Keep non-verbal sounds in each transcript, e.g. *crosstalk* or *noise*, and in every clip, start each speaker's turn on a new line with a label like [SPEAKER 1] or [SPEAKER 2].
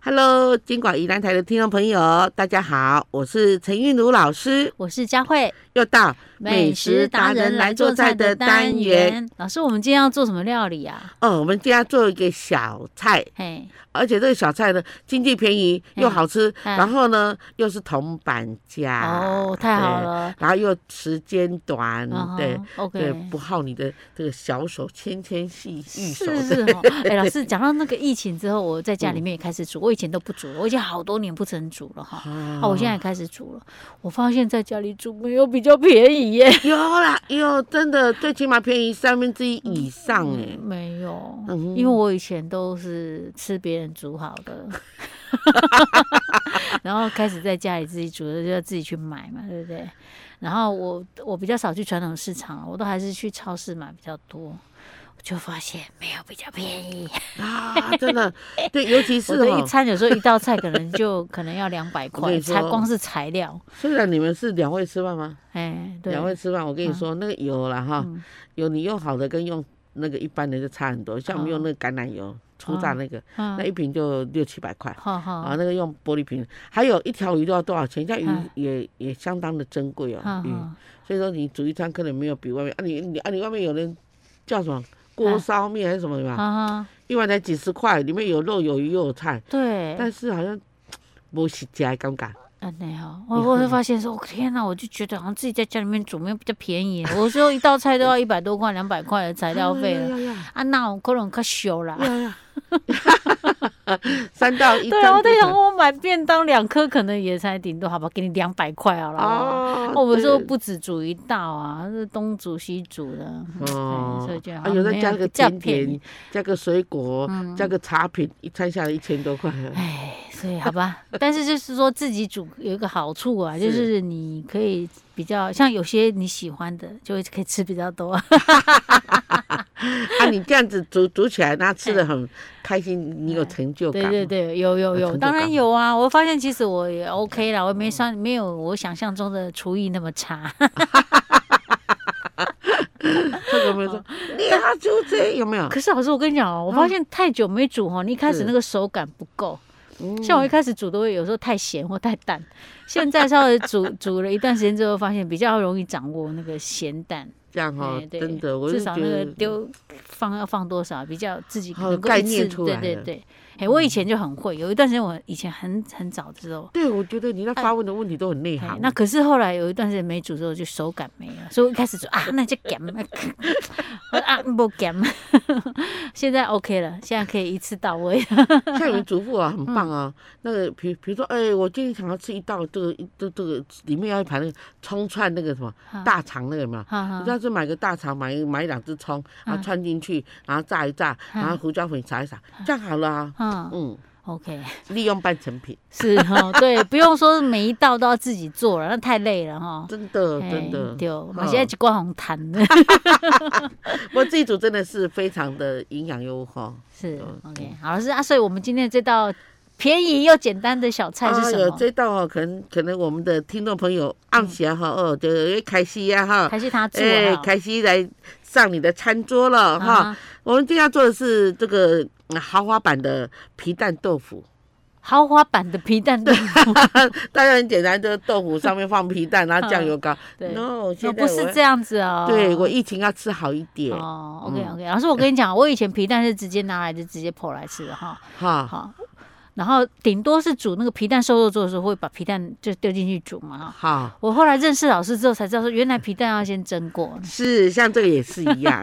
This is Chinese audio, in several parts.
[SPEAKER 1] Hello，金广宜兰台的听众朋友，大家好，我是陈韵如老师，
[SPEAKER 2] 我是佳慧，
[SPEAKER 1] 又到美食达人来做菜的单元。
[SPEAKER 2] 老师，我们今天要做什么料理啊？
[SPEAKER 1] 哦，我们今天要做一个小菜，
[SPEAKER 2] 嘿，
[SPEAKER 1] 而且这个小菜呢，经济便宜
[SPEAKER 2] 嗯
[SPEAKER 1] 又好吃，
[SPEAKER 2] 嗯
[SPEAKER 1] 然后呢又是铜板价
[SPEAKER 2] 哦，太好，了
[SPEAKER 1] 对，然后又时间短，
[SPEAKER 2] 嗯哼
[SPEAKER 1] 对。哦对，
[SPEAKER 2] ，OK，
[SPEAKER 1] 不耗你的这个小手纤纤细玉手
[SPEAKER 2] 是
[SPEAKER 1] 的 *laughs*
[SPEAKER 2] 是哦。哎，老师，讲到那个疫情之后，我在家里面也开始煮，我以前都不煮了，我已经好多年不曾煮了哈。
[SPEAKER 1] 啊
[SPEAKER 2] 啊，我现在也开始煮了，我发现在家里煮没有比较便宜耶。
[SPEAKER 1] 有啦，有真的最起码便宜三分之一以上哎、
[SPEAKER 2] 嗯没有，
[SPEAKER 1] 嗯
[SPEAKER 2] 因为我以前都是吃别人煮好的，
[SPEAKER 1] *laughs*
[SPEAKER 2] *laughs* 然后开始在家里自己煮的就要自己去买嘛，对不对？然后我我比较少去传统市场了，我都还是去超市买比较多。我就发现没有比较便宜，
[SPEAKER 1] 啊，真的，对，尤其是
[SPEAKER 2] 我的一
[SPEAKER 1] 哦，
[SPEAKER 2] 餐有时候一道菜可能就可能要两百
[SPEAKER 1] 我跟
[SPEAKER 2] 块，
[SPEAKER 1] 你说
[SPEAKER 2] 才光是材料，
[SPEAKER 1] 虽然你们是两位吃饭吗？
[SPEAKER 2] 哎，对，
[SPEAKER 1] 两位吃饭，我跟你说，那个油啦哈，
[SPEAKER 2] 嗯
[SPEAKER 1] 有你用好的跟用那个一般的就差很多。像我们
[SPEAKER 2] 哦
[SPEAKER 1] 用那个橄榄油初榨那个，那
[SPEAKER 2] 嗯，
[SPEAKER 1] 一瓶就六七百块。
[SPEAKER 2] 好好
[SPEAKER 1] 啊，那个用玻璃瓶，还有一条鱼都要多少钱？现在鱼
[SPEAKER 2] 嗯
[SPEAKER 1] 也也相当的珍贵哦
[SPEAKER 2] 好，
[SPEAKER 1] 鱼。
[SPEAKER 2] 好，
[SPEAKER 1] 所以说你煮一餐可能没有比外面啊你，你啊你外面有人叫什么锅
[SPEAKER 2] 啊
[SPEAKER 1] 烧面还是什么的嘛，
[SPEAKER 2] 好好，
[SPEAKER 1] 一碗才几十块，里面有肉有鱼又有菜，
[SPEAKER 2] 对，
[SPEAKER 1] 但是好像没时间的感觉。
[SPEAKER 2] 嗯，那好，
[SPEAKER 1] 你
[SPEAKER 2] 我我
[SPEAKER 1] 会
[SPEAKER 2] 会发现说，哦天哪，我就觉得好像自己在家里面煮面比较便宜。我说一道菜都要一百多块、两百块的材料费了。
[SPEAKER 1] 了。
[SPEAKER 2] 啊，那我可能可修啦。
[SPEAKER 1] 呀呀，三到一张就
[SPEAKER 2] 对
[SPEAKER 1] 可以。
[SPEAKER 2] 啊，我在想我买便当两颗可能也才顶多好吧，给你两百块好了。哦，
[SPEAKER 1] 哦，
[SPEAKER 2] 我们说
[SPEAKER 1] 对
[SPEAKER 2] 不止煮一道啊，是东煮西煮的。
[SPEAKER 1] 哦
[SPEAKER 2] 哎所以就，好
[SPEAKER 1] 啊，有的
[SPEAKER 2] 没有
[SPEAKER 1] 加个
[SPEAKER 2] 比较
[SPEAKER 1] 甜
[SPEAKER 2] 便
[SPEAKER 1] 点
[SPEAKER 2] 宜，嗯
[SPEAKER 1] 加个水果，加个茶品，一餐下来一千多块。啊
[SPEAKER 2] 哎，所以好吧， *laughs* 但是就是说自己煮有一个好处啊，就是是你可以比较像有些你喜欢的，就会可以吃比较多。
[SPEAKER 1] 啊，你这样子煮煮起来，那吃的很开心，你有成就感
[SPEAKER 2] 哎对
[SPEAKER 1] 吗。
[SPEAKER 2] 对对，有有
[SPEAKER 1] 有成
[SPEAKER 2] 有，
[SPEAKER 1] 就
[SPEAKER 2] 当然
[SPEAKER 1] 感
[SPEAKER 2] 有啊！我发现其实我也 OK 啦，我没算没有我想象中的厨艺那么差。
[SPEAKER 1] 这个没有说，你好煮这有没有？
[SPEAKER 2] 哦可是老师，我跟你讲哦，我发现太久没煮哦，你一开始
[SPEAKER 1] 是
[SPEAKER 2] 那个手感不够。
[SPEAKER 1] 嗯
[SPEAKER 2] 像我一开始煮都会有时候太咸或太淡，现在稍微 *laughs* 煮煮了一段时间之后，发现比较容易掌握那个咸淡。
[SPEAKER 1] 这样哈
[SPEAKER 2] 哎，对，
[SPEAKER 1] 真的，我
[SPEAKER 2] 至
[SPEAKER 1] 就
[SPEAKER 2] 少
[SPEAKER 1] 觉
[SPEAKER 2] 那
[SPEAKER 1] 得
[SPEAKER 2] 个丢放要放多少，比较自己
[SPEAKER 1] 好
[SPEAKER 2] 能够
[SPEAKER 1] 概
[SPEAKER 2] 一
[SPEAKER 1] 念
[SPEAKER 2] 次。
[SPEAKER 1] 出
[SPEAKER 2] 对
[SPEAKER 1] 来
[SPEAKER 2] 对
[SPEAKER 1] 了
[SPEAKER 2] 对，哎，我以前就很会，有一段时间我以前很很早的时候，
[SPEAKER 1] 对，我觉得你那
[SPEAKER 2] 啊
[SPEAKER 1] 发问的问题都很内
[SPEAKER 2] 哎
[SPEAKER 1] 行。
[SPEAKER 2] 那可是后来有一段时间没煮之后，就手感没了，所以我一开始说
[SPEAKER 1] *laughs*
[SPEAKER 2] 啊，那就咸， *laughs* 我说啊不咸， *laughs* 现在 OK 了，现在可以一次到位。
[SPEAKER 1] *laughs*
[SPEAKER 2] *laughs*
[SPEAKER 1] 像你们主妇啊，很
[SPEAKER 2] 嗯
[SPEAKER 1] 棒啊。那个，比比如说，哎、我今天想要吃一道这个，这这个里面要一盘那个葱串那个什么
[SPEAKER 2] 啊
[SPEAKER 1] 大肠那个嘛。
[SPEAKER 2] 哈
[SPEAKER 1] 你
[SPEAKER 2] 哈，
[SPEAKER 1] 下次买个大肠，买买两只葱，然后
[SPEAKER 2] 啊
[SPEAKER 1] 串进去，然后炸一炸，然后胡椒粉撒一撒，这样好了啊。
[SPEAKER 2] 嗯
[SPEAKER 1] 嗯，
[SPEAKER 2] ，OK，
[SPEAKER 1] 利用半成品，
[SPEAKER 2] 是哦，对，不用说每一道都要自己做了，那太累了哈。
[SPEAKER 1] 真的
[SPEAKER 2] 哎
[SPEAKER 1] 真的。
[SPEAKER 2] 对，我现在就挂红痰了， *laughs*
[SPEAKER 1] 我这一组真的是非常的营养优厚。
[SPEAKER 2] 是
[SPEAKER 1] 嗯
[SPEAKER 2] OK，好老师啊，所以我们今天这道便宜又简单的小 *laughs* 菜是什
[SPEAKER 1] 有
[SPEAKER 2] 么？
[SPEAKER 1] 这道哦，可能可能我们的听众朋友暗喜啊哈哦，就开心呀哈，
[SPEAKER 2] 还是他做
[SPEAKER 1] 哎，
[SPEAKER 2] 的？
[SPEAKER 1] 开心来上你的餐桌了哈。
[SPEAKER 2] 啊，
[SPEAKER 1] 我们今天要做的是这个嗯豪华版的皮蛋豆腐，
[SPEAKER 2] 豪华版的
[SPEAKER 1] *laughs*
[SPEAKER 2] 皮蛋豆腐，
[SPEAKER 1] 当然很简单，就是豆腐上面放皮蛋，然后酱油膏。
[SPEAKER 2] *laughs* 对
[SPEAKER 1] no，
[SPEAKER 2] 哦
[SPEAKER 1] 现在
[SPEAKER 2] 不
[SPEAKER 1] 我
[SPEAKER 2] 是这样子哦。
[SPEAKER 1] 对我疫情要吃好一点
[SPEAKER 2] 哦，OK
[SPEAKER 1] 嗯
[SPEAKER 2] OK，老师，我跟你讲，我以前皮蛋是直接拿来就直接剖来吃的哈，
[SPEAKER 1] 哈。
[SPEAKER 2] 好，然后顶多是煮那个皮蛋瘦肉粥的时候会把皮蛋就丢进去煮嘛哈。
[SPEAKER 1] 好，。
[SPEAKER 2] 我后来认识老师之后才知道说，原来皮蛋要先蒸过
[SPEAKER 1] 是像这个也是一
[SPEAKER 2] *laughs*
[SPEAKER 1] 样，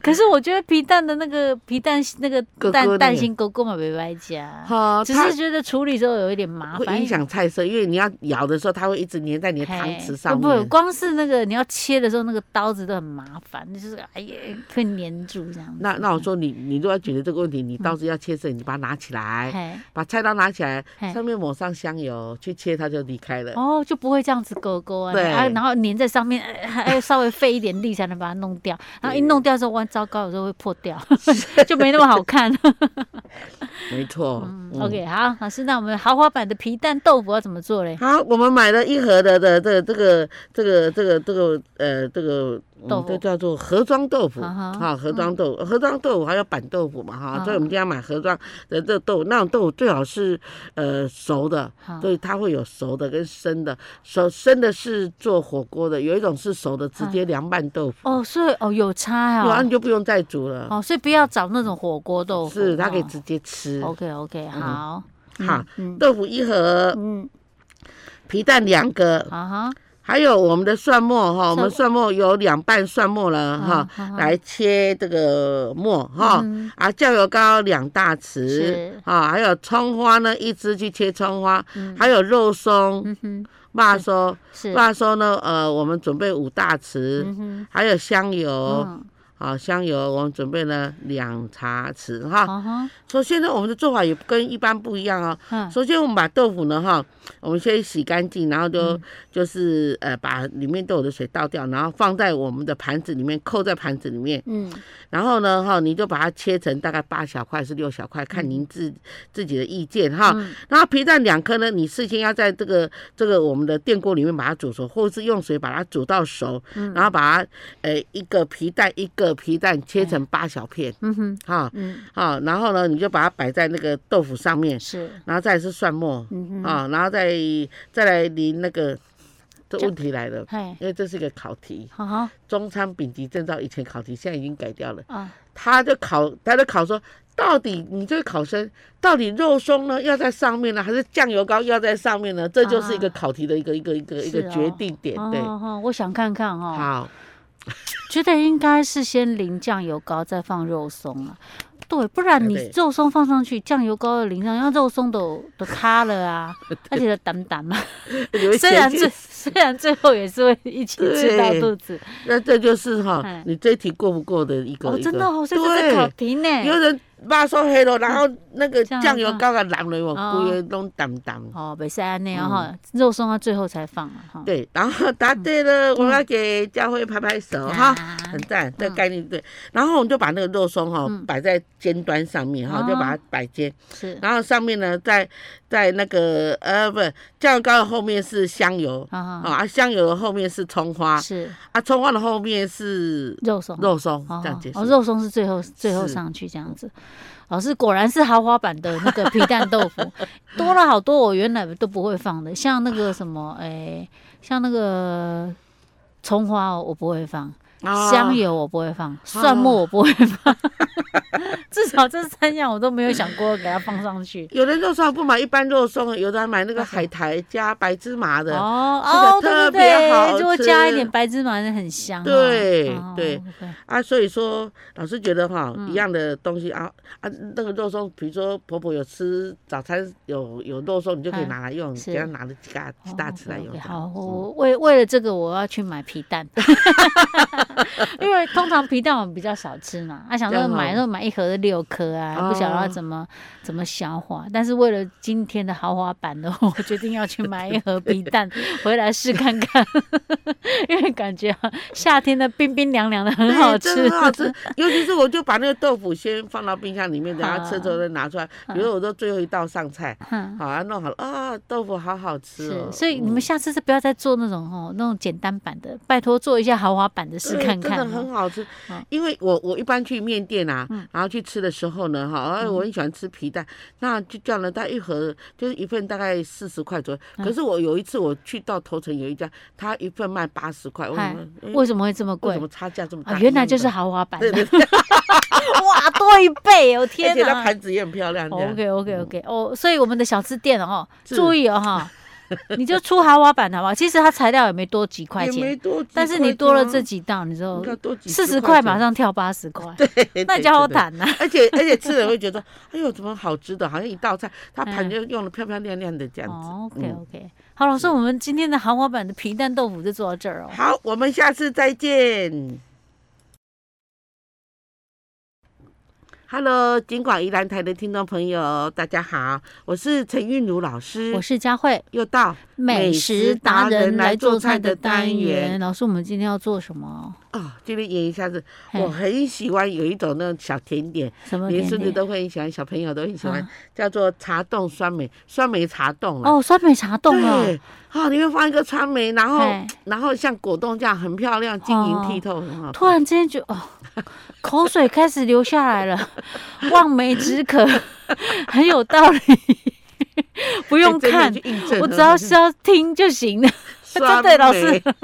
[SPEAKER 2] 可是我觉得皮蛋的那个皮蛋那个
[SPEAKER 1] 勾勾那个
[SPEAKER 2] 蛋蛋心勾勾嘛，没白加，
[SPEAKER 1] 哈，
[SPEAKER 2] 只
[SPEAKER 1] *laughs* 它
[SPEAKER 2] 是觉得处理之后有一点麻
[SPEAKER 1] 会
[SPEAKER 2] 烦。
[SPEAKER 1] 影响菜色，因为你要咬的时候，它会一直粘在你的
[SPEAKER 2] 嘿
[SPEAKER 1] 汤匙上
[SPEAKER 2] 哎不，
[SPEAKER 1] 面。
[SPEAKER 2] 光是那个你要切的时候，那个刀子都很麻烦，就是哎呀，会粘住这样子。
[SPEAKER 1] 那那我说你，你如果要解决这个问题，你刀子要切碎，你把它拿起来，
[SPEAKER 2] 嘿，
[SPEAKER 1] 把菜刀拿起来，
[SPEAKER 2] 嘿
[SPEAKER 1] 上面抹上香油去切，它就离开了。
[SPEAKER 2] 哦，就不会这样子勾勾啊，
[SPEAKER 1] 对
[SPEAKER 2] 啊，然后粘在上面， *laughs* 呃还要稍微费一点力才能把它弄
[SPEAKER 1] *laughs*
[SPEAKER 2] 掉，然后一弄掉之后，哇，糟糕，有时候会破掉，就没那么好看。
[SPEAKER 1] 没错。 *laughs* 嗯
[SPEAKER 2] *laughs* OK，好，老师，那我们豪华版的皮蛋豆腐要怎么做嘞？
[SPEAKER 1] 好，我们买了一盒的的这个这个这个这个这个呃这个我
[SPEAKER 2] 豆
[SPEAKER 1] 们
[SPEAKER 2] 腐
[SPEAKER 1] 都叫做盒装豆腐
[SPEAKER 2] 啊哈
[SPEAKER 1] 啊，盒装豆腐，盒装豆腐还有板豆腐嘛哈，
[SPEAKER 2] 啊
[SPEAKER 1] 所以我们家买盒装的这豆腐，那种豆腐最好是呃熟的，
[SPEAKER 2] 好
[SPEAKER 1] 所以它会有熟的跟生的，熟生的是做火锅的，有一种是熟的直接凉拌豆腐，
[SPEAKER 2] 哦，所以哦有差
[SPEAKER 1] 有啊
[SPEAKER 2] 哦
[SPEAKER 1] 你，就不用再煮了，
[SPEAKER 2] 哦，所以不要找那种火锅豆腐，哦
[SPEAKER 1] 是它可以直接吃。嗯
[SPEAKER 2] OK OK 好，
[SPEAKER 1] 好，
[SPEAKER 2] 嗯
[SPEAKER 1] 豆腐一盒，
[SPEAKER 2] 嗯，
[SPEAKER 1] 皮蛋两个，
[SPEAKER 2] 好哈，
[SPEAKER 1] 还有我们的蒜末哈，我
[SPEAKER 2] 末
[SPEAKER 1] 们蒜末有两瓣蒜末了哈
[SPEAKER 2] 啊啊啊，
[SPEAKER 1] 来切这个末哈
[SPEAKER 2] 嗯，
[SPEAKER 1] 啊酱油膏两大匙
[SPEAKER 2] 是
[SPEAKER 1] 啊，还有葱花呢一支去切葱花，还有肉松、
[SPEAKER 2] 嗯哼，
[SPEAKER 1] 辣椒、
[SPEAKER 2] 是，
[SPEAKER 1] 辣椒呢呃我们准备五大匙，
[SPEAKER 2] 嗯哼，
[SPEAKER 1] 还有香油
[SPEAKER 2] 嗯，
[SPEAKER 1] 啊香油我们准备了两茶匙哈，
[SPEAKER 2] 好哈，
[SPEAKER 1] 所以现在我们的做法也跟一般不一样哦。
[SPEAKER 2] 嗯，
[SPEAKER 1] 首先，我们把豆腐呢，哈，我们先洗干净，然后就、
[SPEAKER 2] 嗯
[SPEAKER 1] 就是呃，把里面豆腐的水倒掉，然后放在我们的盘子里面，扣在盘子里面。
[SPEAKER 2] 嗯，
[SPEAKER 1] 然后呢，哈，你就把它切成大概八小块是六小块，看
[SPEAKER 2] 嗯
[SPEAKER 1] 您自、自己的意见哈。然后皮蛋两颗呢，你事先要在这个这个我们的电锅里面把它煮熟，或是用水把它煮到熟，
[SPEAKER 2] 嗯
[SPEAKER 1] 然后把它呃一个皮蛋一个皮蛋切成八小片，
[SPEAKER 2] 嗯哼，
[SPEAKER 1] 哈、
[SPEAKER 2] 嗯，
[SPEAKER 1] 好，然后呢，你就把它摆在那个豆腐上面，
[SPEAKER 2] 是，
[SPEAKER 1] 然后再来是蒜末，
[SPEAKER 2] 嗯哼，
[SPEAKER 1] 啊，然后再再来淋那个，这问题来了，
[SPEAKER 2] 嘿，
[SPEAKER 1] 因为这是一个考题，
[SPEAKER 2] 好哈，
[SPEAKER 1] 中餐丙级证照以前考题，现在已经改掉了。
[SPEAKER 2] 啊，
[SPEAKER 1] 他就考，他就考说，到底你这个考生，到底肉松呢要在上面呢，还是酱油膏要在上面呢？这就是一个
[SPEAKER 2] 啊
[SPEAKER 1] 考题的一个一个一个一个
[SPEAKER 2] 是哦
[SPEAKER 1] 决定点，对。
[SPEAKER 2] 哦，哦我想看看哦，
[SPEAKER 1] 好，
[SPEAKER 2] 觉得应该是先淋酱油膏，再放肉松啊。对，不然
[SPEAKER 1] 对
[SPEAKER 2] 你肉松放上去，酱油膏的淋上，那肉松都都塌
[SPEAKER 1] *laughs*
[SPEAKER 2] 了啊，而且它淡淡嘛。
[SPEAKER 1] 有一
[SPEAKER 2] 啊虽然
[SPEAKER 1] 些
[SPEAKER 2] 最虽然最后也是会一起吃到
[SPEAKER 1] 对
[SPEAKER 2] 肚子，
[SPEAKER 1] 那这就是哈
[SPEAKER 2] 哎，
[SPEAKER 1] 你这一题过不过的一个
[SPEAKER 2] 哦，
[SPEAKER 1] 一
[SPEAKER 2] 真
[SPEAKER 1] 个
[SPEAKER 2] 的哦，所以这是考
[SPEAKER 1] 对，
[SPEAKER 2] 题呢。
[SPEAKER 1] 有人把手黑了，然后那个
[SPEAKER 2] 酱油
[SPEAKER 1] 酱油
[SPEAKER 2] 膏
[SPEAKER 1] 膏给淋了，我
[SPEAKER 2] 哦
[SPEAKER 1] 规个拢淡淡。
[SPEAKER 2] 哦，北塞安那样哈，肉松要最后才放啊哈。
[SPEAKER 1] 嗯对，然后答对了，我要给佳慧拍拍手哈，
[SPEAKER 2] 啊
[SPEAKER 1] 很赞，这概念对。然后我们就把那个肉松哈
[SPEAKER 2] 嗯
[SPEAKER 1] 摆在尖端上面哈，
[SPEAKER 2] 哦
[SPEAKER 1] 就把它摆尖，
[SPEAKER 2] 是
[SPEAKER 1] 然后上面呢在在那个呃不酱油膏的后面是香油
[SPEAKER 2] 啊
[SPEAKER 1] 啊，啊香油的后面是葱花
[SPEAKER 2] 是
[SPEAKER 1] 啊，葱花的后面是
[SPEAKER 2] 肉松
[SPEAKER 1] 肉松，
[SPEAKER 2] 哦
[SPEAKER 1] 这样结束。
[SPEAKER 2] 哦，肉松是最后最后
[SPEAKER 1] 是
[SPEAKER 2] 上去这样子。老师果然是豪华版的
[SPEAKER 1] *laughs*
[SPEAKER 2] 那个皮蛋豆腐，多了好多我原来都不会放的，像那个什么哎、像那个葱花哦我不会放，
[SPEAKER 1] 啊
[SPEAKER 2] 香油我不会放，蒜末我不会放， *laughs* 至少这三样我都没有想过给它放上去。
[SPEAKER 1] 有人肉松不买一般肉松，有的还买那个
[SPEAKER 2] 那什么
[SPEAKER 1] 海苔加白芝麻的。
[SPEAKER 2] 哦
[SPEAKER 1] 啊这个
[SPEAKER 2] 哦，
[SPEAKER 1] 特
[SPEAKER 2] 对对
[SPEAKER 1] 别好
[SPEAKER 2] 对，如果加一
[SPEAKER 1] 吃
[SPEAKER 2] 点白芝麻，那很香哦。
[SPEAKER 1] 对
[SPEAKER 2] 哦
[SPEAKER 1] 对
[SPEAKER 2] ，OK
[SPEAKER 1] 啊，所以说老师觉得哈，
[SPEAKER 2] 嗯
[SPEAKER 1] 一样的东西啊啊，那个肉松，比如说婆婆有吃早餐有有肉松，你就可以
[SPEAKER 2] 嗯
[SPEAKER 1] 拿来用，
[SPEAKER 2] 是
[SPEAKER 1] 给她拿了几大几大匙来用
[SPEAKER 2] 哦，OK，OK，
[SPEAKER 1] 的。嗯
[SPEAKER 2] 好，我我为为了这个，我要去买皮蛋， *laughs* 因为通常皮蛋我们比较少吃嘛。啊，想
[SPEAKER 1] 这
[SPEAKER 2] 说
[SPEAKER 1] 样哦
[SPEAKER 2] 买那买一盒的六颗啊，
[SPEAKER 1] 哦
[SPEAKER 2] 不晓得要怎么怎么消化。但是为了今天的豪华版的，我决定要去买一
[SPEAKER 1] *laughs*
[SPEAKER 2] 盒皮蛋回来试看看， *laughs* 因为感觉啊夏天的冰冰凉凉的很
[SPEAKER 1] 对
[SPEAKER 2] 好
[SPEAKER 1] 真
[SPEAKER 2] 吃
[SPEAKER 1] 的。很好吃。尤其是我就把那个豆腐先放到冰箱里面，等它
[SPEAKER 2] 好嗯
[SPEAKER 1] 吃之后再拿出来。比如我都最后一道上菜，
[SPEAKER 2] *laughs* 哼
[SPEAKER 1] 好啊，弄好了啊，豆腐好好吃哦
[SPEAKER 2] 是，。所以你们下次是不要再做那种哦，那种简单版的，拜托做一下豪华版的试
[SPEAKER 1] 对
[SPEAKER 2] 看
[SPEAKER 1] 真
[SPEAKER 2] 看
[SPEAKER 1] 的
[SPEAKER 2] 哦。
[SPEAKER 1] 很好吃
[SPEAKER 2] 嗯。
[SPEAKER 1] 因为我我一般去面店啊，然后去吃的时候呢，哈，哎，我
[SPEAKER 2] 嗯
[SPEAKER 1] 很喜欢吃皮蛋，那就叫了大概一盒，就是一份大概四十块左右。
[SPEAKER 2] 嗯
[SPEAKER 1] 可是我有一次我去到头城有一家，他一份卖八十块，我想
[SPEAKER 2] 嗨
[SPEAKER 1] 说哎
[SPEAKER 2] 为什么会这么
[SPEAKER 1] 为
[SPEAKER 2] 贵
[SPEAKER 1] 什么？差价这么
[SPEAKER 2] 啊
[SPEAKER 1] 大？，
[SPEAKER 2] 原来就
[SPEAKER 1] 一
[SPEAKER 2] 是
[SPEAKER 1] 样
[SPEAKER 2] 豪华版
[SPEAKER 1] 的。
[SPEAKER 2] 的，
[SPEAKER 1] *laughs* 对对对，
[SPEAKER 2] *laughs* 哇，多一倍！我
[SPEAKER 1] 而
[SPEAKER 2] 天
[SPEAKER 1] 且它
[SPEAKER 2] 哪
[SPEAKER 1] 盘子也很漂亮。这样
[SPEAKER 2] ！OK OK OK，哦，所以我们的小吃店哦，
[SPEAKER 1] 是
[SPEAKER 2] 注意哦哈， *laughs* 你就出豪华版的好不好？其实它材料也没多几块
[SPEAKER 1] 也没
[SPEAKER 2] 钱，
[SPEAKER 1] 多几块钱啊，
[SPEAKER 2] 但是你多了这几道，你
[SPEAKER 1] 你
[SPEAKER 2] 就
[SPEAKER 1] 看多几
[SPEAKER 2] 四十
[SPEAKER 1] 块
[SPEAKER 2] 块
[SPEAKER 1] 钱
[SPEAKER 2] 马，上跳八十块，
[SPEAKER 1] 对
[SPEAKER 2] 那
[SPEAKER 1] 对
[SPEAKER 2] 你就好
[SPEAKER 1] 真的
[SPEAKER 2] 谈呐。
[SPEAKER 1] 而且而且吃了会觉得，哎呦，怎么好吃的？好像一道菜，它盘
[SPEAKER 2] 嗯
[SPEAKER 1] 就用的漂漂亮亮的这样子。
[SPEAKER 2] 哦
[SPEAKER 1] 嗯
[SPEAKER 2] ，OK OK，好，老师，我们今天的豪华版的皮蛋豆腐就做到这儿哦。
[SPEAKER 1] 好，我们下次再见。Hello，金广宜兰台的听众朋友，大家好，我是陈韵如老师
[SPEAKER 2] 我，是佳慧，
[SPEAKER 1] 又到
[SPEAKER 2] 美食达人来做菜的
[SPEAKER 1] 美食达
[SPEAKER 2] 单
[SPEAKER 1] 人来做菜的单元
[SPEAKER 2] 元。老师，我们今天要做什么？
[SPEAKER 1] 哦，这边演一下子，
[SPEAKER 2] 嘿
[SPEAKER 1] 我很喜欢有一种那种小甜点，
[SPEAKER 2] 什么
[SPEAKER 1] 连
[SPEAKER 2] 甜
[SPEAKER 1] 孙子
[SPEAKER 2] 点？
[SPEAKER 1] 都会很喜欢，小朋友都很喜欢
[SPEAKER 2] 啊，
[SPEAKER 1] 叫做茶冻酸梅，酸梅茶冻啦。
[SPEAKER 2] 哦，酸梅茶冻哦
[SPEAKER 1] 对，，好，里面放一个川梅，然后
[SPEAKER 2] 嘿
[SPEAKER 1] 然后像果冻这样很漂亮，晶莹剔透，很好吃。
[SPEAKER 2] 突然之间就哦，口水开始流下来了，望梅止渴，很有道理，不
[SPEAKER 1] 不
[SPEAKER 2] 用看，
[SPEAKER 1] 印证 *laughs*
[SPEAKER 2] 我只要
[SPEAKER 1] 了
[SPEAKER 2] 是要听就行了。 *laughs*
[SPEAKER 1] 酸
[SPEAKER 2] 真的老
[SPEAKER 1] 梅
[SPEAKER 2] 师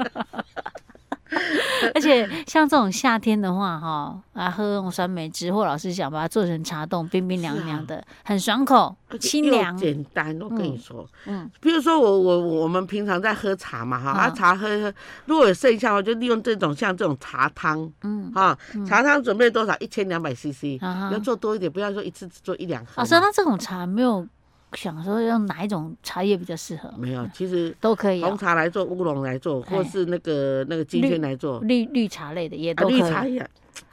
[SPEAKER 2] 而且像这种夏天的话，哈，啊，喝那种酸梅汁，或老师想把它做成茶冻，冰冰凉凉的，很爽口，
[SPEAKER 1] 啊而且
[SPEAKER 2] 清
[SPEAKER 1] 又
[SPEAKER 2] 凉。
[SPEAKER 1] 简单。我跟你说，
[SPEAKER 2] 嗯，
[SPEAKER 1] 比如说我我我我们平常在喝茶嘛哈，啊
[SPEAKER 2] 嗯
[SPEAKER 1] 茶喝喝，如果有剩下的话，就利用这种像这种茶汤，
[SPEAKER 2] 嗯，
[SPEAKER 1] 哈，茶汤准备多少？一千两百 CC，
[SPEAKER 2] 啊哈
[SPEAKER 1] 要做多一点，不要说一次只做一两盒嘛。
[SPEAKER 2] 老师，那这种茶没有想说用哪一种茶叶比较适合？
[SPEAKER 1] 没有，其实
[SPEAKER 2] 都可以、
[SPEAKER 1] 红
[SPEAKER 2] 哦，
[SPEAKER 1] 茶来做，乌龙来做，或
[SPEAKER 2] 哎
[SPEAKER 1] 是那个那个金
[SPEAKER 2] 绿
[SPEAKER 1] 萱来做，
[SPEAKER 2] 绿绿茶类的也
[SPEAKER 1] 啊，
[SPEAKER 2] 都可
[SPEAKER 1] 绿
[SPEAKER 2] 以。
[SPEAKER 1] 茶也，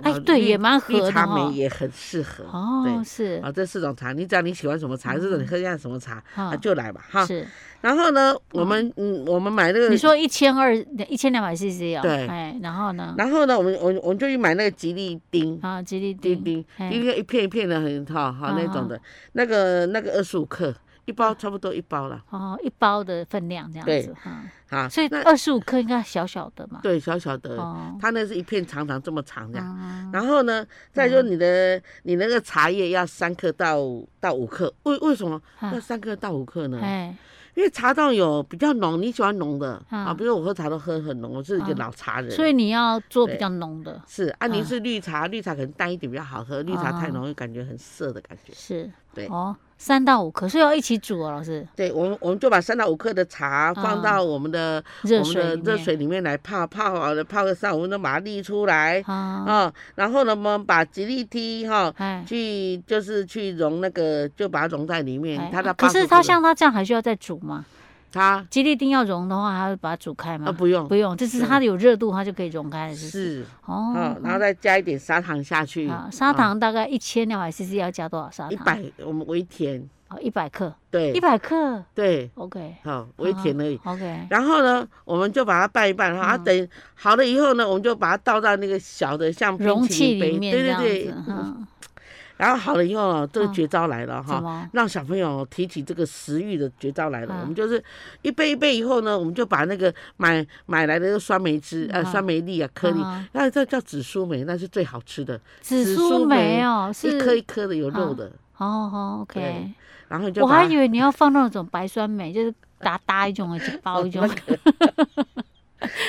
[SPEAKER 2] 哎
[SPEAKER 1] 啊
[SPEAKER 2] 对
[SPEAKER 1] 绿
[SPEAKER 2] 也蛮合
[SPEAKER 1] 绿
[SPEAKER 2] 的
[SPEAKER 1] 茶
[SPEAKER 2] 哈
[SPEAKER 1] 梅也很适合。
[SPEAKER 2] 哦，
[SPEAKER 1] 对，
[SPEAKER 2] 是
[SPEAKER 1] 啊，这四种茶，你只要你喜欢什么茶，或者你喝下什么茶，啊，
[SPEAKER 2] 啊
[SPEAKER 1] 就来吧哈。
[SPEAKER 2] 是。
[SPEAKER 1] 然后呢，我们嗯，我们买那个
[SPEAKER 2] 你，说一千二一千两百 CC 哦，
[SPEAKER 1] 对
[SPEAKER 2] 哎，然后呢？
[SPEAKER 1] 然后呢，我们我们我们就去买那个吉利丁，
[SPEAKER 2] 啊，吉利
[SPEAKER 1] 丁
[SPEAKER 2] 丁，
[SPEAKER 1] 丁，
[SPEAKER 2] 嗯嘿哦
[SPEAKER 1] 丁丁一片一片的很好哈那种的，那个那个二十五克，一包差不多一包了，
[SPEAKER 2] 哦，一包的分量这样
[SPEAKER 1] 对
[SPEAKER 2] 子哈，
[SPEAKER 1] 啊，
[SPEAKER 2] 所以
[SPEAKER 1] 那
[SPEAKER 2] 二十五克应该小小的嘛。
[SPEAKER 1] 对小小的，
[SPEAKER 2] 哦，
[SPEAKER 1] 它那是一片长长这么长这样。
[SPEAKER 2] 嗯
[SPEAKER 1] 然后呢，再就是你的、你那个茶叶要三克到到五克，为为什么
[SPEAKER 2] 啊
[SPEAKER 1] 要三克到五克呢？
[SPEAKER 2] 哎，
[SPEAKER 1] 因为茶道有比较浓，你喜欢浓的
[SPEAKER 2] 啊
[SPEAKER 1] 啊，比如我喝茶都喝很浓，我是一个
[SPEAKER 2] 啊
[SPEAKER 1] 老茶人，
[SPEAKER 2] 所以你要做比
[SPEAKER 1] 对
[SPEAKER 2] 较浓的，
[SPEAKER 1] 是啊，您
[SPEAKER 2] 啊
[SPEAKER 1] 是绿茶，绿茶可能淡一点比较好喝，绿茶太
[SPEAKER 2] 哦
[SPEAKER 1] 浓又感觉很涩的感觉。
[SPEAKER 2] 是，
[SPEAKER 1] 对
[SPEAKER 2] 哦，三到五克，所以要一起煮哦，老师，
[SPEAKER 1] 对，我们我们就把三到五克的茶放到我们的、
[SPEAKER 2] 啊热
[SPEAKER 1] 我们的
[SPEAKER 2] 水里
[SPEAKER 1] 热
[SPEAKER 2] 面
[SPEAKER 1] 水里面来泡，泡好了泡个三五分钟，把它沥出来
[SPEAKER 2] 啊，
[SPEAKER 1] 啊、然后呢，我们把吉利梯哈、
[SPEAKER 2] 哎，
[SPEAKER 1] 去就是去融那个，就把它融在里面。
[SPEAKER 2] 哎
[SPEAKER 1] 它的
[SPEAKER 2] 可
[SPEAKER 1] 80
[SPEAKER 2] 是它
[SPEAKER 1] 度
[SPEAKER 2] 像它这样还需要再煮吗？
[SPEAKER 1] 它
[SPEAKER 2] 吉利丁要融的话，还要把它煮开
[SPEAKER 1] 啊
[SPEAKER 2] 吗？
[SPEAKER 1] 不用
[SPEAKER 2] 不用，就是
[SPEAKER 1] 是
[SPEAKER 2] 它有热度，它就可以融开了，是不是
[SPEAKER 1] 是啊
[SPEAKER 2] 哦，，
[SPEAKER 1] 然后再加一点砂糖下去
[SPEAKER 2] 啊，，砂糖大概一千两百 CC 要加多少砂糖？
[SPEAKER 1] 啊一百我们微甜，
[SPEAKER 2] 哦，一百克，
[SPEAKER 1] 对
[SPEAKER 2] 一百克
[SPEAKER 1] 对，
[SPEAKER 2] ，OK，
[SPEAKER 1] 好微甜而已。
[SPEAKER 2] 啊，OK，
[SPEAKER 1] 然后呢，我们就把它拌一拌，哈、啊，
[SPEAKER 2] 嗯
[SPEAKER 1] 等好了以后呢，我们就把它倒到那个小的像冰
[SPEAKER 2] 容
[SPEAKER 1] 淇
[SPEAKER 2] 器
[SPEAKER 1] 淋杯，
[SPEAKER 2] 里面
[SPEAKER 1] 对
[SPEAKER 2] 这
[SPEAKER 1] 对对
[SPEAKER 2] 样
[SPEAKER 1] 嗯
[SPEAKER 2] 子，。哈，
[SPEAKER 1] 然后好了以后呢，这个
[SPEAKER 2] 嗯
[SPEAKER 1] 绝招来了哈
[SPEAKER 2] 怎，么？
[SPEAKER 1] 让小朋友提起这个食欲的绝招来了。
[SPEAKER 2] 啊
[SPEAKER 1] 我们就是一杯一杯以后呢，我们就把那个买买来的那个酸梅汁，呃，
[SPEAKER 2] 嗯
[SPEAKER 1] 酸梅粒啊，颗粒，
[SPEAKER 2] 啊
[SPEAKER 1] 那这叫紫苏梅，那是最好吃的，紫
[SPEAKER 2] 紫
[SPEAKER 1] 苏
[SPEAKER 2] 苏梅
[SPEAKER 1] 梅
[SPEAKER 2] 哦，
[SPEAKER 1] 一颗一
[SPEAKER 2] 是，
[SPEAKER 1] 颗的有肉的，
[SPEAKER 2] 哦好
[SPEAKER 1] 对
[SPEAKER 2] OK，
[SPEAKER 1] 然后你就
[SPEAKER 2] 我
[SPEAKER 1] 把
[SPEAKER 2] 还
[SPEAKER 1] 它
[SPEAKER 2] 以为你要放那种白酸梅，就是搭搭一
[SPEAKER 1] *laughs*
[SPEAKER 2] 种，一包一种。
[SPEAKER 1] 哦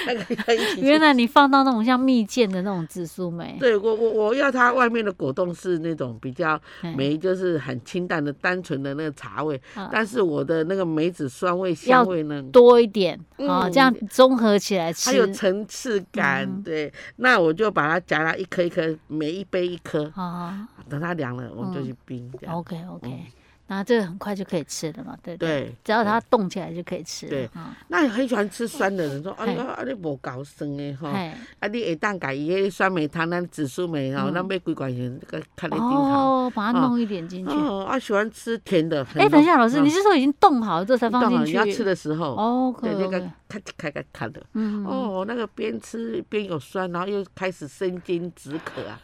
[SPEAKER 1] 那
[SPEAKER 2] *laughs*
[SPEAKER 1] 个要一起
[SPEAKER 2] 原
[SPEAKER 1] 去。
[SPEAKER 2] 来你放到那种像蜜饯的那种紫苏梅，
[SPEAKER 1] 对我我我要它外面的果冻是那种比较
[SPEAKER 2] 嗯
[SPEAKER 1] 梅，就是很清淡的、单纯的那个茶味，
[SPEAKER 2] 啊
[SPEAKER 1] 但是我的那个梅子酸味、香味呢，
[SPEAKER 2] 多一点啊，
[SPEAKER 1] 嗯
[SPEAKER 2] 这样综合起来吃嗯
[SPEAKER 1] 它有层次感。对，那我就把它夹了一颗一颗，每一杯一颗，
[SPEAKER 2] 啊。
[SPEAKER 1] 等它凉了，我们就去冰。这样嗯
[SPEAKER 2] OK OK，那这个很快就可以吃了嘛，对哦不对？
[SPEAKER 1] 对，
[SPEAKER 2] 只要它冻起来就可以吃了。
[SPEAKER 1] 对
[SPEAKER 2] 啊，
[SPEAKER 1] 那很喜欢吃酸的人说：“哎
[SPEAKER 2] 嘿
[SPEAKER 1] 呀，啊你无搞酸的吼，
[SPEAKER 2] 嘿，
[SPEAKER 1] 啊你会当家伊迄酸梅汤，咱紫苏梅吼，咱买几罐钱，这个看你顶头。
[SPEAKER 2] 嗯哦，把它
[SPEAKER 1] 啊
[SPEAKER 2] 弄一点进去。
[SPEAKER 1] 哦，啊喜欢吃甜的。很
[SPEAKER 2] 哎，等一下，
[SPEAKER 1] 浓
[SPEAKER 2] 老师，
[SPEAKER 1] 嗯
[SPEAKER 2] 你是说已经冻好了之后才
[SPEAKER 1] 到
[SPEAKER 2] 放
[SPEAKER 1] 了
[SPEAKER 2] 进
[SPEAKER 1] 你
[SPEAKER 2] 去？
[SPEAKER 1] 要吃的时候，
[SPEAKER 2] 哦，可
[SPEAKER 1] 对
[SPEAKER 2] 以
[SPEAKER 1] 那，个
[SPEAKER 2] 可以
[SPEAKER 1] 咔嚓咔咔咔的。
[SPEAKER 2] 嗯，
[SPEAKER 1] 哦，那个边吃边有酸，然后又开始生津止渴啊。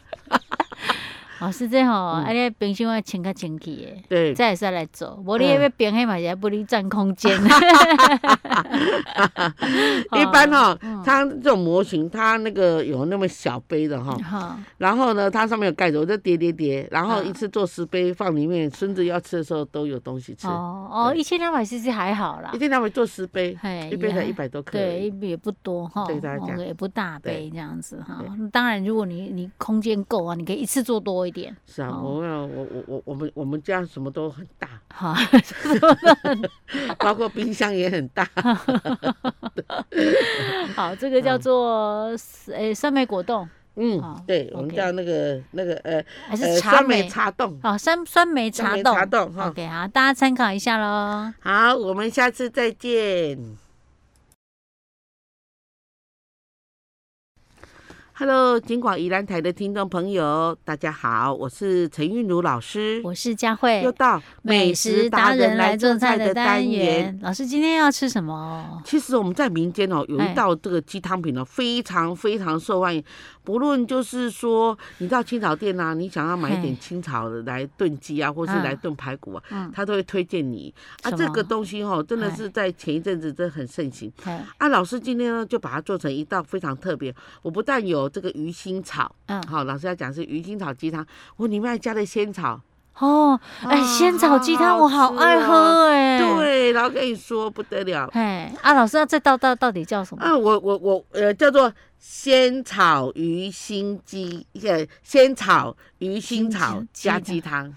[SPEAKER 2] 哦，是这样哦，哎，你冰箱要清较清气的。
[SPEAKER 1] 嗯对，
[SPEAKER 2] 再再来做，无你要变黑嘛，也不哩占空间。
[SPEAKER 1] 一般哈、
[SPEAKER 2] 哦嗯
[SPEAKER 1] 它这种模型，它那个有那么小杯的哈、
[SPEAKER 2] *laughs* 哈，
[SPEAKER 1] *laughs* 然后呢，它上面有盖子，我就叠叠叠，然后
[SPEAKER 2] 嗯
[SPEAKER 1] 一次做十杯放里面，孙子要吃的时候都有东西吃。
[SPEAKER 2] 哦哦，
[SPEAKER 1] 对
[SPEAKER 2] 一千两百 CC 还好啦
[SPEAKER 1] 一，天他们做十杯，
[SPEAKER 2] 嘿
[SPEAKER 1] 一杯才
[SPEAKER 2] 呀
[SPEAKER 1] 一百多克而
[SPEAKER 2] 对，
[SPEAKER 1] 已。
[SPEAKER 2] 也不多哈，
[SPEAKER 1] 对大家
[SPEAKER 2] 哦
[SPEAKER 1] 讲
[SPEAKER 2] 也不大
[SPEAKER 1] 对
[SPEAKER 2] 杯这样子哈
[SPEAKER 1] 对。
[SPEAKER 2] 当然，如果你你空间够啊，你可以一次做多一点
[SPEAKER 1] 是啊，我
[SPEAKER 2] 哦
[SPEAKER 1] 我我我我们我们家什么都很大，
[SPEAKER 2] 哈。
[SPEAKER 1] 包括冰箱也很
[SPEAKER 2] *laughs*
[SPEAKER 1] 大。
[SPEAKER 2] *laughs* 好，这个叫做诶酸梅果冻
[SPEAKER 1] 嗯
[SPEAKER 2] 好，
[SPEAKER 1] 对，我们
[SPEAKER 2] OK
[SPEAKER 1] 叫那个那个呃
[SPEAKER 2] 还
[SPEAKER 1] 呃
[SPEAKER 2] 是茶
[SPEAKER 1] 酸梅
[SPEAKER 2] 梅？
[SPEAKER 1] 茶冻。
[SPEAKER 2] 哦，酸酸梅
[SPEAKER 1] 酸
[SPEAKER 2] 茶
[SPEAKER 1] 梅
[SPEAKER 2] 冻。
[SPEAKER 1] 茶冻哈
[SPEAKER 2] OK，好，大家参考一下喽。
[SPEAKER 1] 好，我们下次再见。 Hello，金广宜兰台的听众朋友，大家好，我是陈韵如老师。
[SPEAKER 2] 我是佳慧
[SPEAKER 1] 嗯又，到
[SPEAKER 2] 美食达人来做菜的单
[SPEAKER 1] 元。
[SPEAKER 2] 元。老师今天要吃什么？
[SPEAKER 1] 其实我们在民间哦，有
[SPEAKER 2] 哎
[SPEAKER 1] 一道这个鸡汤品哦，非常非常受欢迎。不论就是说，你到青草店啊，你想要买一点
[SPEAKER 2] 嘿
[SPEAKER 1] 青草的来炖鸡啊，或是
[SPEAKER 2] 嗯
[SPEAKER 1] 来炖排骨啊，
[SPEAKER 2] 嗯
[SPEAKER 1] 他都会推荐你啊。
[SPEAKER 2] 什
[SPEAKER 1] 这个
[SPEAKER 2] 么哎
[SPEAKER 1] 东西哦，真的是在前一阵子真的很盛行
[SPEAKER 2] 嘿
[SPEAKER 1] 啊。老师今天呢，就把它做成一道非常特别。我不但有这个鱼腥草，
[SPEAKER 2] 嗯，
[SPEAKER 1] 好，老师要讲是鱼腥草鸡汤，我里面还加了仙草。
[SPEAKER 2] 哦，哎，
[SPEAKER 1] 啊
[SPEAKER 2] 鲜草鸡汤我好
[SPEAKER 1] 好
[SPEAKER 2] 爱
[SPEAKER 1] 吃哦
[SPEAKER 2] 喝哎。，
[SPEAKER 1] 对，然后跟你说不得了。
[SPEAKER 2] 哎，啊，老师，那这道到到底叫什么？
[SPEAKER 1] 啊，我我我呃，叫做仙草鱼腥鸡，呃，仙草鱼腥草
[SPEAKER 2] 腥鸡
[SPEAKER 1] 加
[SPEAKER 2] 汤
[SPEAKER 1] 鸡汤。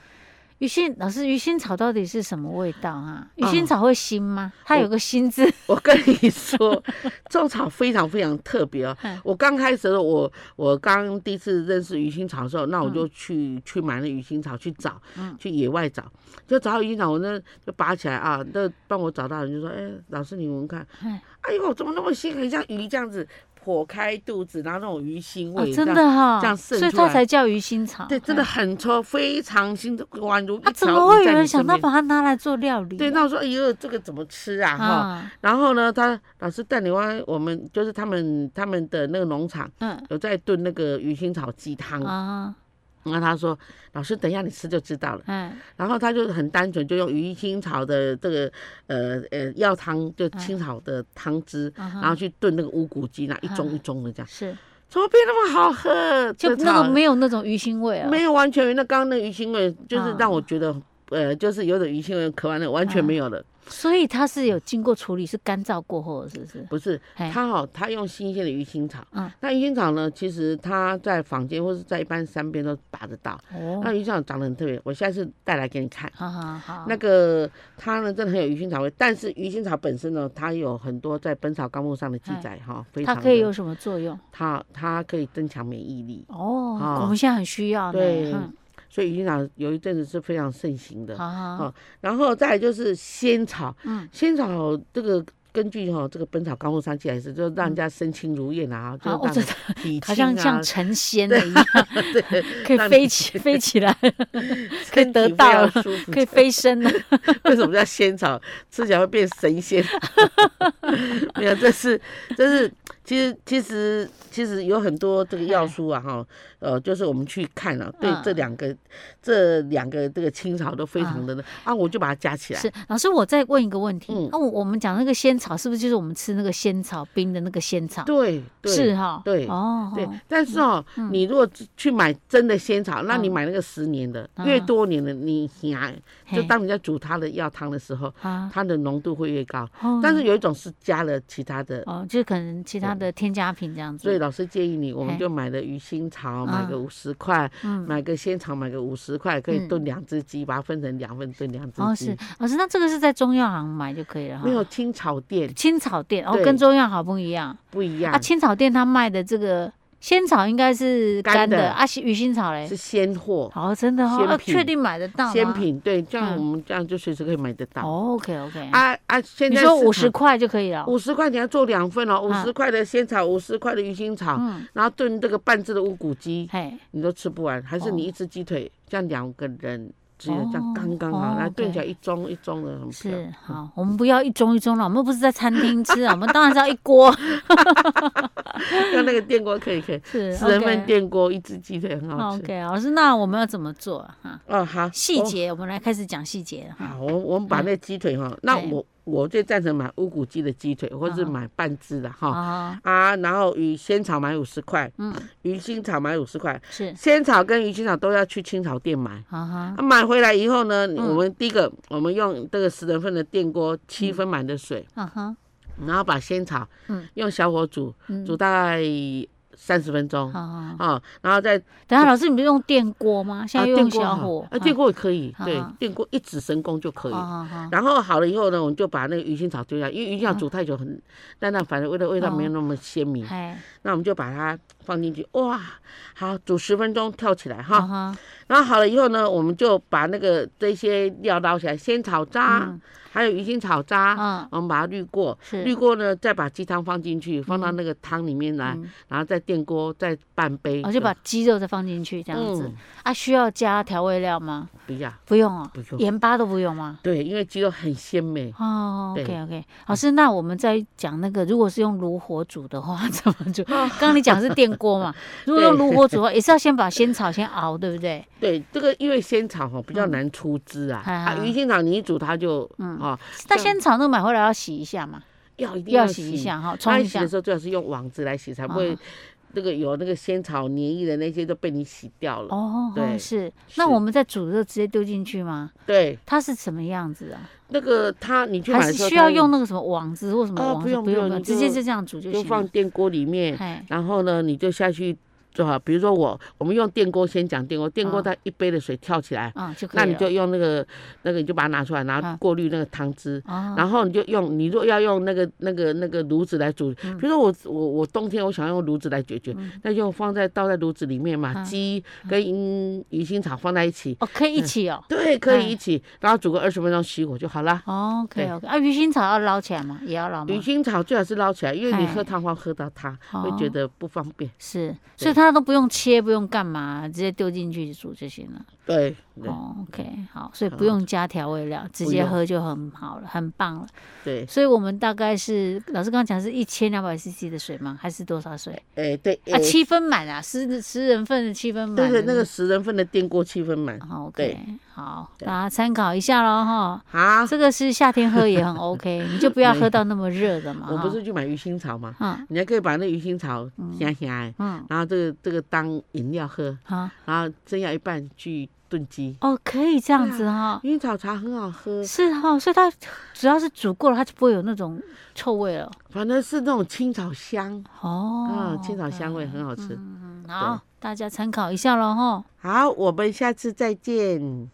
[SPEAKER 2] 鱼腥老师，鱼腥草到底是什么味道啊？鱼
[SPEAKER 1] 哦
[SPEAKER 2] 腥草会腥吗？它有个腥字。
[SPEAKER 1] 我跟你说，这种草非常非常特别哦
[SPEAKER 2] 嗯。
[SPEAKER 1] 我刚开始的时候，我我刚第一次认识鱼腥草的时候，那我就去、去买那鱼腥草去找，
[SPEAKER 2] 嗯
[SPEAKER 1] 去野外找，就找到鱼腥草，我那就拔起来啊，那帮我找到人就说，哎、老师你闻看
[SPEAKER 2] 嗯，
[SPEAKER 1] 哎呦，怎么那么腥，很像鱼这样子破开肚子，然后那种鱼腥
[SPEAKER 2] 哦
[SPEAKER 1] 味，，
[SPEAKER 2] 真
[SPEAKER 1] 这样
[SPEAKER 2] 的哈、
[SPEAKER 1] 这样渗
[SPEAKER 2] 所
[SPEAKER 1] 出来
[SPEAKER 2] 以它才叫鱼腥草。哎
[SPEAKER 1] 对，真的很臭，非常腥，宛如一
[SPEAKER 2] 啊，怎么
[SPEAKER 1] 条
[SPEAKER 2] 会
[SPEAKER 1] 鱼
[SPEAKER 2] 有
[SPEAKER 1] 在
[SPEAKER 2] 人
[SPEAKER 1] 你
[SPEAKER 2] 想
[SPEAKER 1] 身
[SPEAKER 2] 到
[SPEAKER 1] 边。
[SPEAKER 2] 把它拿来做料理啊？
[SPEAKER 1] 对，那我说，哎呦，这个怎么吃啊？哈、
[SPEAKER 2] 啊，
[SPEAKER 1] 然后呢，他老师带你湾，我们就是他们他们的那个农场
[SPEAKER 2] 嗯
[SPEAKER 1] 有在炖那个鱼腥草鸡汤，
[SPEAKER 2] 啊，
[SPEAKER 1] 然后他说，老师等一下你吃就知道了。
[SPEAKER 2] 哎，
[SPEAKER 1] 然后他就很单纯，就用鱼腥草的这个呃呃药汤，就青草的汤汁，
[SPEAKER 2] 啊哈
[SPEAKER 1] 然后去炖那个乌骨鸡，那一盅
[SPEAKER 2] 嗯
[SPEAKER 1] 一盅的这样，
[SPEAKER 2] 是，
[SPEAKER 1] 怎么变那么好喝？
[SPEAKER 2] 就
[SPEAKER 1] 这
[SPEAKER 2] 那
[SPEAKER 1] 草
[SPEAKER 2] 个没有那种鱼腥味啊。
[SPEAKER 1] 没有完全那刚刚那鱼腥味，就是
[SPEAKER 2] 啊
[SPEAKER 1] 让我觉得。呃，就是有点鱼腥味，渴完了完
[SPEAKER 2] 嗯
[SPEAKER 1] 全没有了。
[SPEAKER 2] 所以它是有经过处理，是干燥过后的，是不是？
[SPEAKER 1] 不是，
[SPEAKER 2] 哎，
[SPEAKER 1] 他哦，他用新鲜的鱼腥草。
[SPEAKER 2] 嗯
[SPEAKER 1] 那鱼腥草呢，其实它在坊间或是在一般山边都拔得到。那
[SPEAKER 2] 哦，
[SPEAKER 1] 鱼腥草长得很特别，我下次带来给你看。
[SPEAKER 2] 好好好，
[SPEAKER 1] 那个它呢，真的很有鱼腥草味，但是鱼腥草本身呢，它有很多在《本草纲目》上的记载哈，非
[SPEAKER 2] 哎它
[SPEAKER 1] 常
[SPEAKER 2] 可以
[SPEAKER 1] 的
[SPEAKER 2] 有什么作用？
[SPEAKER 1] 它它可以增强免疫力，
[SPEAKER 2] 哦，
[SPEAKER 1] 啊
[SPEAKER 2] 我们现在很需要呢。
[SPEAKER 1] 对
[SPEAKER 2] 嗯
[SPEAKER 1] 所以鱼腥草有一阵子是非常盛行的。
[SPEAKER 2] 好好
[SPEAKER 1] 好
[SPEAKER 2] 好，
[SPEAKER 1] 然后再来就是仙草，
[SPEAKER 2] 嗯，
[SPEAKER 1] 仙草这个根据哈、这个《本草纲目》上记载是，就让人家身轻如燕啊，就
[SPEAKER 2] 啊
[SPEAKER 1] 让
[SPEAKER 2] 嗯我知
[SPEAKER 1] 人体
[SPEAKER 2] 好
[SPEAKER 1] 轻啊
[SPEAKER 2] 像像
[SPEAKER 1] *laughs*
[SPEAKER 2] 成仙了一样，
[SPEAKER 1] 对，
[SPEAKER 2] 可以
[SPEAKER 1] 让
[SPEAKER 2] 飞
[SPEAKER 1] 你
[SPEAKER 2] 起飞
[SPEAKER 1] *laughs*
[SPEAKER 2] 起来，可
[SPEAKER 1] 身
[SPEAKER 2] 以
[SPEAKER 1] 体
[SPEAKER 2] 得
[SPEAKER 1] 非
[SPEAKER 2] 到
[SPEAKER 1] 常
[SPEAKER 2] 了，
[SPEAKER 1] 舒服
[SPEAKER 2] 可以
[SPEAKER 1] *laughs*
[SPEAKER 2] 飞升了。
[SPEAKER 1] 为什么叫仙草？吃起来会变神仙？ *laughs* 没有，这是这是其实其实其实有很多这个药书啊哈，呃，就是我们去看啊，对
[SPEAKER 2] 哎嗯嗯
[SPEAKER 1] 这两个、这两个这个青草都非常的那、啊，我就把它加起来。
[SPEAKER 2] 是老师，我再问一个问题，
[SPEAKER 1] 嗯
[SPEAKER 2] 那、我我们讲那个仙草，是不是就是我们吃那个仙草冰的那个仙草？
[SPEAKER 1] 对对
[SPEAKER 2] 是哈，
[SPEAKER 1] 对
[SPEAKER 2] 哦，
[SPEAKER 1] 对
[SPEAKER 2] 哦，
[SPEAKER 1] 但是哦，你如果去买真的仙草，那你
[SPEAKER 2] 嗯
[SPEAKER 1] 买那个十年的，
[SPEAKER 2] 啊
[SPEAKER 1] 越多年的你呀，就
[SPEAKER 2] 嘿
[SPEAKER 1] 当你在煮它的药汤的时候，
[SPEAKER 2] 啊，
[SPEAKER 1] 它的浓度会越高。
[SPEAKER 2] 哦
[SPEAKER 1] 但是有一种是加了其他的，
[SPEAKER 2] 哦，就是可能其他的添加品这样子，
[SPEAKER 1] 所以老师建议你，我们
[SPEAKER 2] 嘿
[SPEAKER 1] 就买了鱼腥草，
[SPEAKER 2] 嗯
[SPEAKER 1] 买个五十块，
[SPEAKER 2] 嗯
[SPEAKER 1] 买个鲜草，买个五十块，可以炖两只鸡，把它分成两份炖两
[SPEAKER 2] 哦
[SPEAKER 1] 只
[SPEAKER 2] 是哦
[SPEAKER 1] 鸡。
[SPEAKER 2] 老师，那这个是在中药行买就可以了哈，
[SPEAKER 1] 嗯没有青草店
[SPEAKER 2] 青草店哦，
[SPEAKER 1] 对
[SPEAKER 2] 跟中药行不一样
[SPEAKER 1] 不一样
[SPEAKER 2] 啊，，青草店他卖的这个仙草应该是干
[SPEAKER 1] 干
[SPEAKER 2] 的
[SPEAKER 1] 的
[SPEAKER 2] 啊，西鱼腥草嘞
[SPEAKER 1] 是，鲜货、
[SPEAKER 2] 哦，真的哦，
[SPEAKER 1] 鲜
[SPEAKER 2] 啊
[SPEAKER 1] 品
[SPEAKER 2] 确定买得到吗
[SPEAKER 1] 鲜品，对，这样
[SPEAKER 2] 嗯
[SPEAKER 1] 我们这样就随时可以买得到。
[SPEAKER 2] 哦，OK OK，
[SPEAKER 1] 啊啊，现
[SPEAKER 2] 你
[SPEAKER 1] 在
[SPEAKER 2] 说五十块哦就可以了，
[SPEAKER 1] 五十块你要做两份哦，五
[SPEAKER 2] 啊
[SPEAKER 1] 十块的鲜草，五十块的鱼腥草，
[SPEAKER 2] 嗯，
[SPEAKER 1] 然后炖这个半只的乌骨鸡，
[SPEAKER 2] 嘿，
[SPEAKER 1] 你都吃不完，还是你一只鸡腿，这样两个人只有这样
[SPEAKER 2] 哦
[SPEAKER 1] 刚刚
[SPEAKER 2] 哦
[SPEAKER 1] 好，来炖
[SPEAKER 2] OK
[SPEAKER 1] 起来一盅一盅的，很漂亮
[SPEAKER 2] 是好，我们不要一盅一盅了，我们不是在餐厅吃啊，我们当然是要一锅，
[SPEAKER 1] 用那个电锅可以可以，
[SPEAKER 2] 是
[SPEAKER 1] *laughs* 十人份电锅一只鸡腿很好吃。
[SPEAKER 2] OK，老师，那我们要怎么做啊哈？
[SPEAKER 1] 哦，好，
[SPEAKER 2] 细
[SPEAKER 1] 我。
[SPEAKER 2] 节，我们来开始讲细节了哈。
[SPEAKER 1] 好，我我们把那鸡腿哈，那
[SPEAKER 2] 嗯对
[SPEAKER 1] 我我最赞成买乌骨鸡的鸡腿，或是
[SPEAKER 2] 啊
[SPEAKER 1] 买半只的哈。
[SPEAKER 2] 啊，
[SPEAKER 1] 啊，然后鱼鲜草买五十块，
[SPEAKER 2] 嗯，
[SPEAKER 1] 鱼腥草买五十块，
[SPEAKER 2] 是，
[SPEAKER 1] 鲜草跟鱼腥草都要去青草店买。
[SPEAKER 2] 啊哈
[SPEAKER 1] 啊，买回来以后呢，
[SPEAKER 2] 嗯
[SPEAKER 1] 我们第一个，我们用这个十人份的电锅，七分满的水，
[SPEAKER 2] 啊哈，
[SPEAKER 1] 然后把鲜草
[SPEAKER 2] 嗯
[SPEAKER 1] 用小火煮，
[SPEAKER 2] 嗯，
[SPEAKER 1] 煮大概三十分钟
[SPEAKER 2] 好，好。好
[SPEAKER 1] 啊，然后再
[SPEAKER 2] 等下，老师，你不是用电锅吗？现
[SPEAKER 1] 啊，
[SPEAKER 2] 在又
[SPEAKER 1] 电
[SPEAKER 2] 用
[SPEAKER 1] 锅
[SPEAKER 2] 小
[SPEAKER 1] 好
[SPEAKER 2] 火，
[SPEAKER 1] 啊，电锅也可以，
[SPEAKER 2] 啊
[SPEAKER 1] 对
[SPEAKER 2] 啊，
[SPEAKER 1] 电锅一指神功就可以。
[SPEAKER 2] 啊哈，
[SPEAKER 1] 然后好了以后呢，我们就把那个鱼腥草
[SPEAKER 2] 嗯哦
[SPEAKER 1] 丢下，因为鱼腥草煮太久很，但那反正味道味道没有那么鲜明。
[SPEAKER 2] 哎，
[SPEAKER 1] 那我们就把它放进去，哇，好煮十分钟，跳起来
[SPEAKER 2] 啊
[SPEAKER 1] 哈。
[SPEAKER 2] 哈，
[SPEAKER 1] 然后好了以后呢，我们就把那个这些料捞起来，先炒渣，
[SPEAKER 2] 嗯
[SPEAKER 1] 还有鱼腥草渣，
[SPEAKER 2] 嗯
[SPEAKER 1] 我们把它滤过，
[SPEAKER 2] 是
[SPEAKER 1] 滤过呢，再把鸡汤放进去，放到那个汤里面来，
[SPEAKER 2] 嗯哦
[SPEAKER 1] 然后再电锅再半杯，
[SPEAKER 2] 我就把鸡肉再放进去这样子
[SPEAKER 1] 嗯。
[SPEAKER 2] 啊，需要加调味料吗？
[SPEAKER 1] 不要，
[SPEAKER 2] 不用哦
[SPEAKER 1] 不，用
[SPEAKER 2] 盐巴都不用吗？
[SPEAKER 1] 对，因为鸡肉很鲜美。
[SPEAKER 2] 哦
[SPEAKER 1] 对嗯
[SPEAKER 2] ，OK OK，老师，那我们再讲那个，如果是用炉火煮的话， *laughs* 怎么煮？刚刚你讲是电锅
[SPEAKER 1] *laughs*
[SPEAKER 2] 嘛，如果用炉火煮的话，也是要先把先炒先熬，对不对？
[SPEAKER 1] 对，这个因为鲜草哈比较难出汁啊，
[SPEAKER 2] 嗯
[SPEAKER 1] 啊，鱼腥草你一煮它就，
[SPEAKER 2] 嗯
[SPEAKER 1] 哦，
[SPEAKER 2] 那
[SPEAKER 1] 像
[SPEAKER 2] 先炒那个买回来要洗一下嘛，
[SPEAKER 1] 要一定
[SPEAKER 2] 要
[SPEAKER 1] 洗
[SPEAKER 2] 洗一。下哈，
[SPEAKER 1] 那
[SPEAKER 2] 冲一
[SPEAKER 1] 你洗
[SPEAKER 2] 下
[SPEAKER 1] 的。时候最好是用网子来洗，才不会
[SPEAKER 2] 啊
[SPEAKER 1] 那个有那个鲜草粘液的那些都被你洗掉了。
[SPEAKER 2] 哦，哦
[SPEAKER 1] 对
[SPEAKER 2] 是。
[SPEAKER 1] 是
[SPEAKER 2] 那我们在煮的时候直接丢进去吗？
[SPEAKER 1] 对，
[SPEAKER 2] 它是什么样子啊？
[SPEAKER 1] 那个它你去买
[SPEAKER 2] 还
[SPEAKER 1] 的时
[SPEAKER 2] 是
[SPEAKER 1] 候，
[SPEAKER 2] 需要
[SPEAKER 1] 它
[SPEAKER 2] 用那个什么网子或什么
[SPEAKER 1] 哦
[SPEAKER 2] 网
[SPEAKER 1] 不
[SPEAKER 2] 子？
[SPEAKER 1] 用不用你
[SPEAKER 2] 直接
[SPEAKER 1] 就
[SPEAKER 2] 就这样煮就
[SPEAKER 1] 就
[SPEAKER 2] 行
[SPEAKER 1] 放
[SPEAKER 2] 了。
[SPEAKER 1] 电锅里面，
[SPEAKER 2] 哎，
[SPEAKER 1] 然后呢你就下去做好。比如说我我们用电锅先讲电锅，电锅
[SPEAKER 2] 啊
[SPEAKER 1] 它一杯的水跳起来，
[SPEAKER 2] 啊，就可以
[SPEAKER 1] 那
[SPEAKER 2] 了。
[SPEAKER 1] 你就用那个那个你就把它拿出来，然后
[SPEAKER 2] 啊
[SPEAKER 1] 过滤那个汤汁。
[SPEAKER 2] 哦
[SPEAKER 1] 然后你就用，你若要用那个那个那个炉子来煮，
[SPEAKER 2] 嗯
[SPEAKER 1] 比如说我我我冬天我想用炉子来解决，那就放在倒在炉子里面嘛，
[SPEAKER 2] 啊
[SPEAKER 1] 鸡跟嗯鱼腥草放在一起，
[SPEAKER 2] 哦，可以一起哦。
[SPEAKER 1] 对，可
[SPEAKER 2] 哎
[SPEAKER 1] 以一起，然后煮个二十分钟熄火就好啦。
[SPEAKER 2] 哦
[SPEAKER 1] 对
[SPEAKER 2] ，OK OK，啊，鱼腥草要捞起来吗？也要捞吗
[SPEAKER 1] 鱼？腥草最好是捞起来，因为你
[SPEAKER 2] 哎
[SPEAKER 1] 喝汤会喝到它，会觉
[SPEAKER 2] 哦
[SPEAKER 1] 得不方便。
[SPEAKER 2] 是，
[SPEAKER 1] 对
[SPEAKER 2] 所以它都不用切，不用干嘛，直接丢进去煮就行了。
[SPEAKER 1] 对，对
[SPEAKER 2] 哦，OK，好，所以
[SPEAKER 1] 好
[SPEAKER 2] 不用加调味料，直
[SPEAKER 1] 不
[SPEAKER 2] 接
[SPEAKER 1] 用
[SPEAKER 2] 喝就很好了，很棒了。
[SPEAKER 1] 对，
[SPEAKER 2] 所以我们大概是老师刚刚讲是一千两百 CC 的水吗？还是多少水？
[SPEAKER 1] 哎对，
[SPEAKER 2] 啊，
[SPEAKER 1] 哎
[SPEAKER 2] 七分满啊，十十人份的七分满。
[SPEAKER 1] 对对，那个。十人份的电锅七分满，
[SPEAKER 2] 好
[SPEAKER 1] 对
[SPEAKER 2] ，OK，好，
[SPEAKER 1] 对
[SPEAKER 2] 大家参考一下喽哈。
[SPEAKER 1] 好，
[SPEAKER 2] 这个是夏天喝也很 OK，你就不要
[SPEAKER 1] 没
[SPEAKER 2] 喝到那么热的嘛。
[SPEAKER 1] 我不
[SPEAKER 2] 哈
[SPEAKER 1] 是去买鱼腥草嘛，
[SPEAKER 2] 嗯
[SPEAKER 1] 你还可以把那鱼腥草香香哎，
[SPEAKER 2] 嗯，
[SPEAKER 1] 然后这个这个当饮料喝。
[SPEAKER 2] 好
[SPEAKER 1] 然后剩下一半去炖鸡。
[SPEAKER 2] 哦，可以这样
[SPEAKER 1] 对啊
[SPEAKER 2] 子哈。
[SPEAKER 1] 因为草茶很好喝，
[SPEAKER 2] 是哈、所以它只要是煮过了，它就不会有那种臭味了。
[SPEAKER 1] 反正是那种青草香啊
[SPEAKER 2] 哦，，
[SPEAKER 1] 青草香味很好吃。
[SPEAKER 2] 嗯，好，大家参考一下喽哈。
[SPEAKER 1] 好，我们下次再见。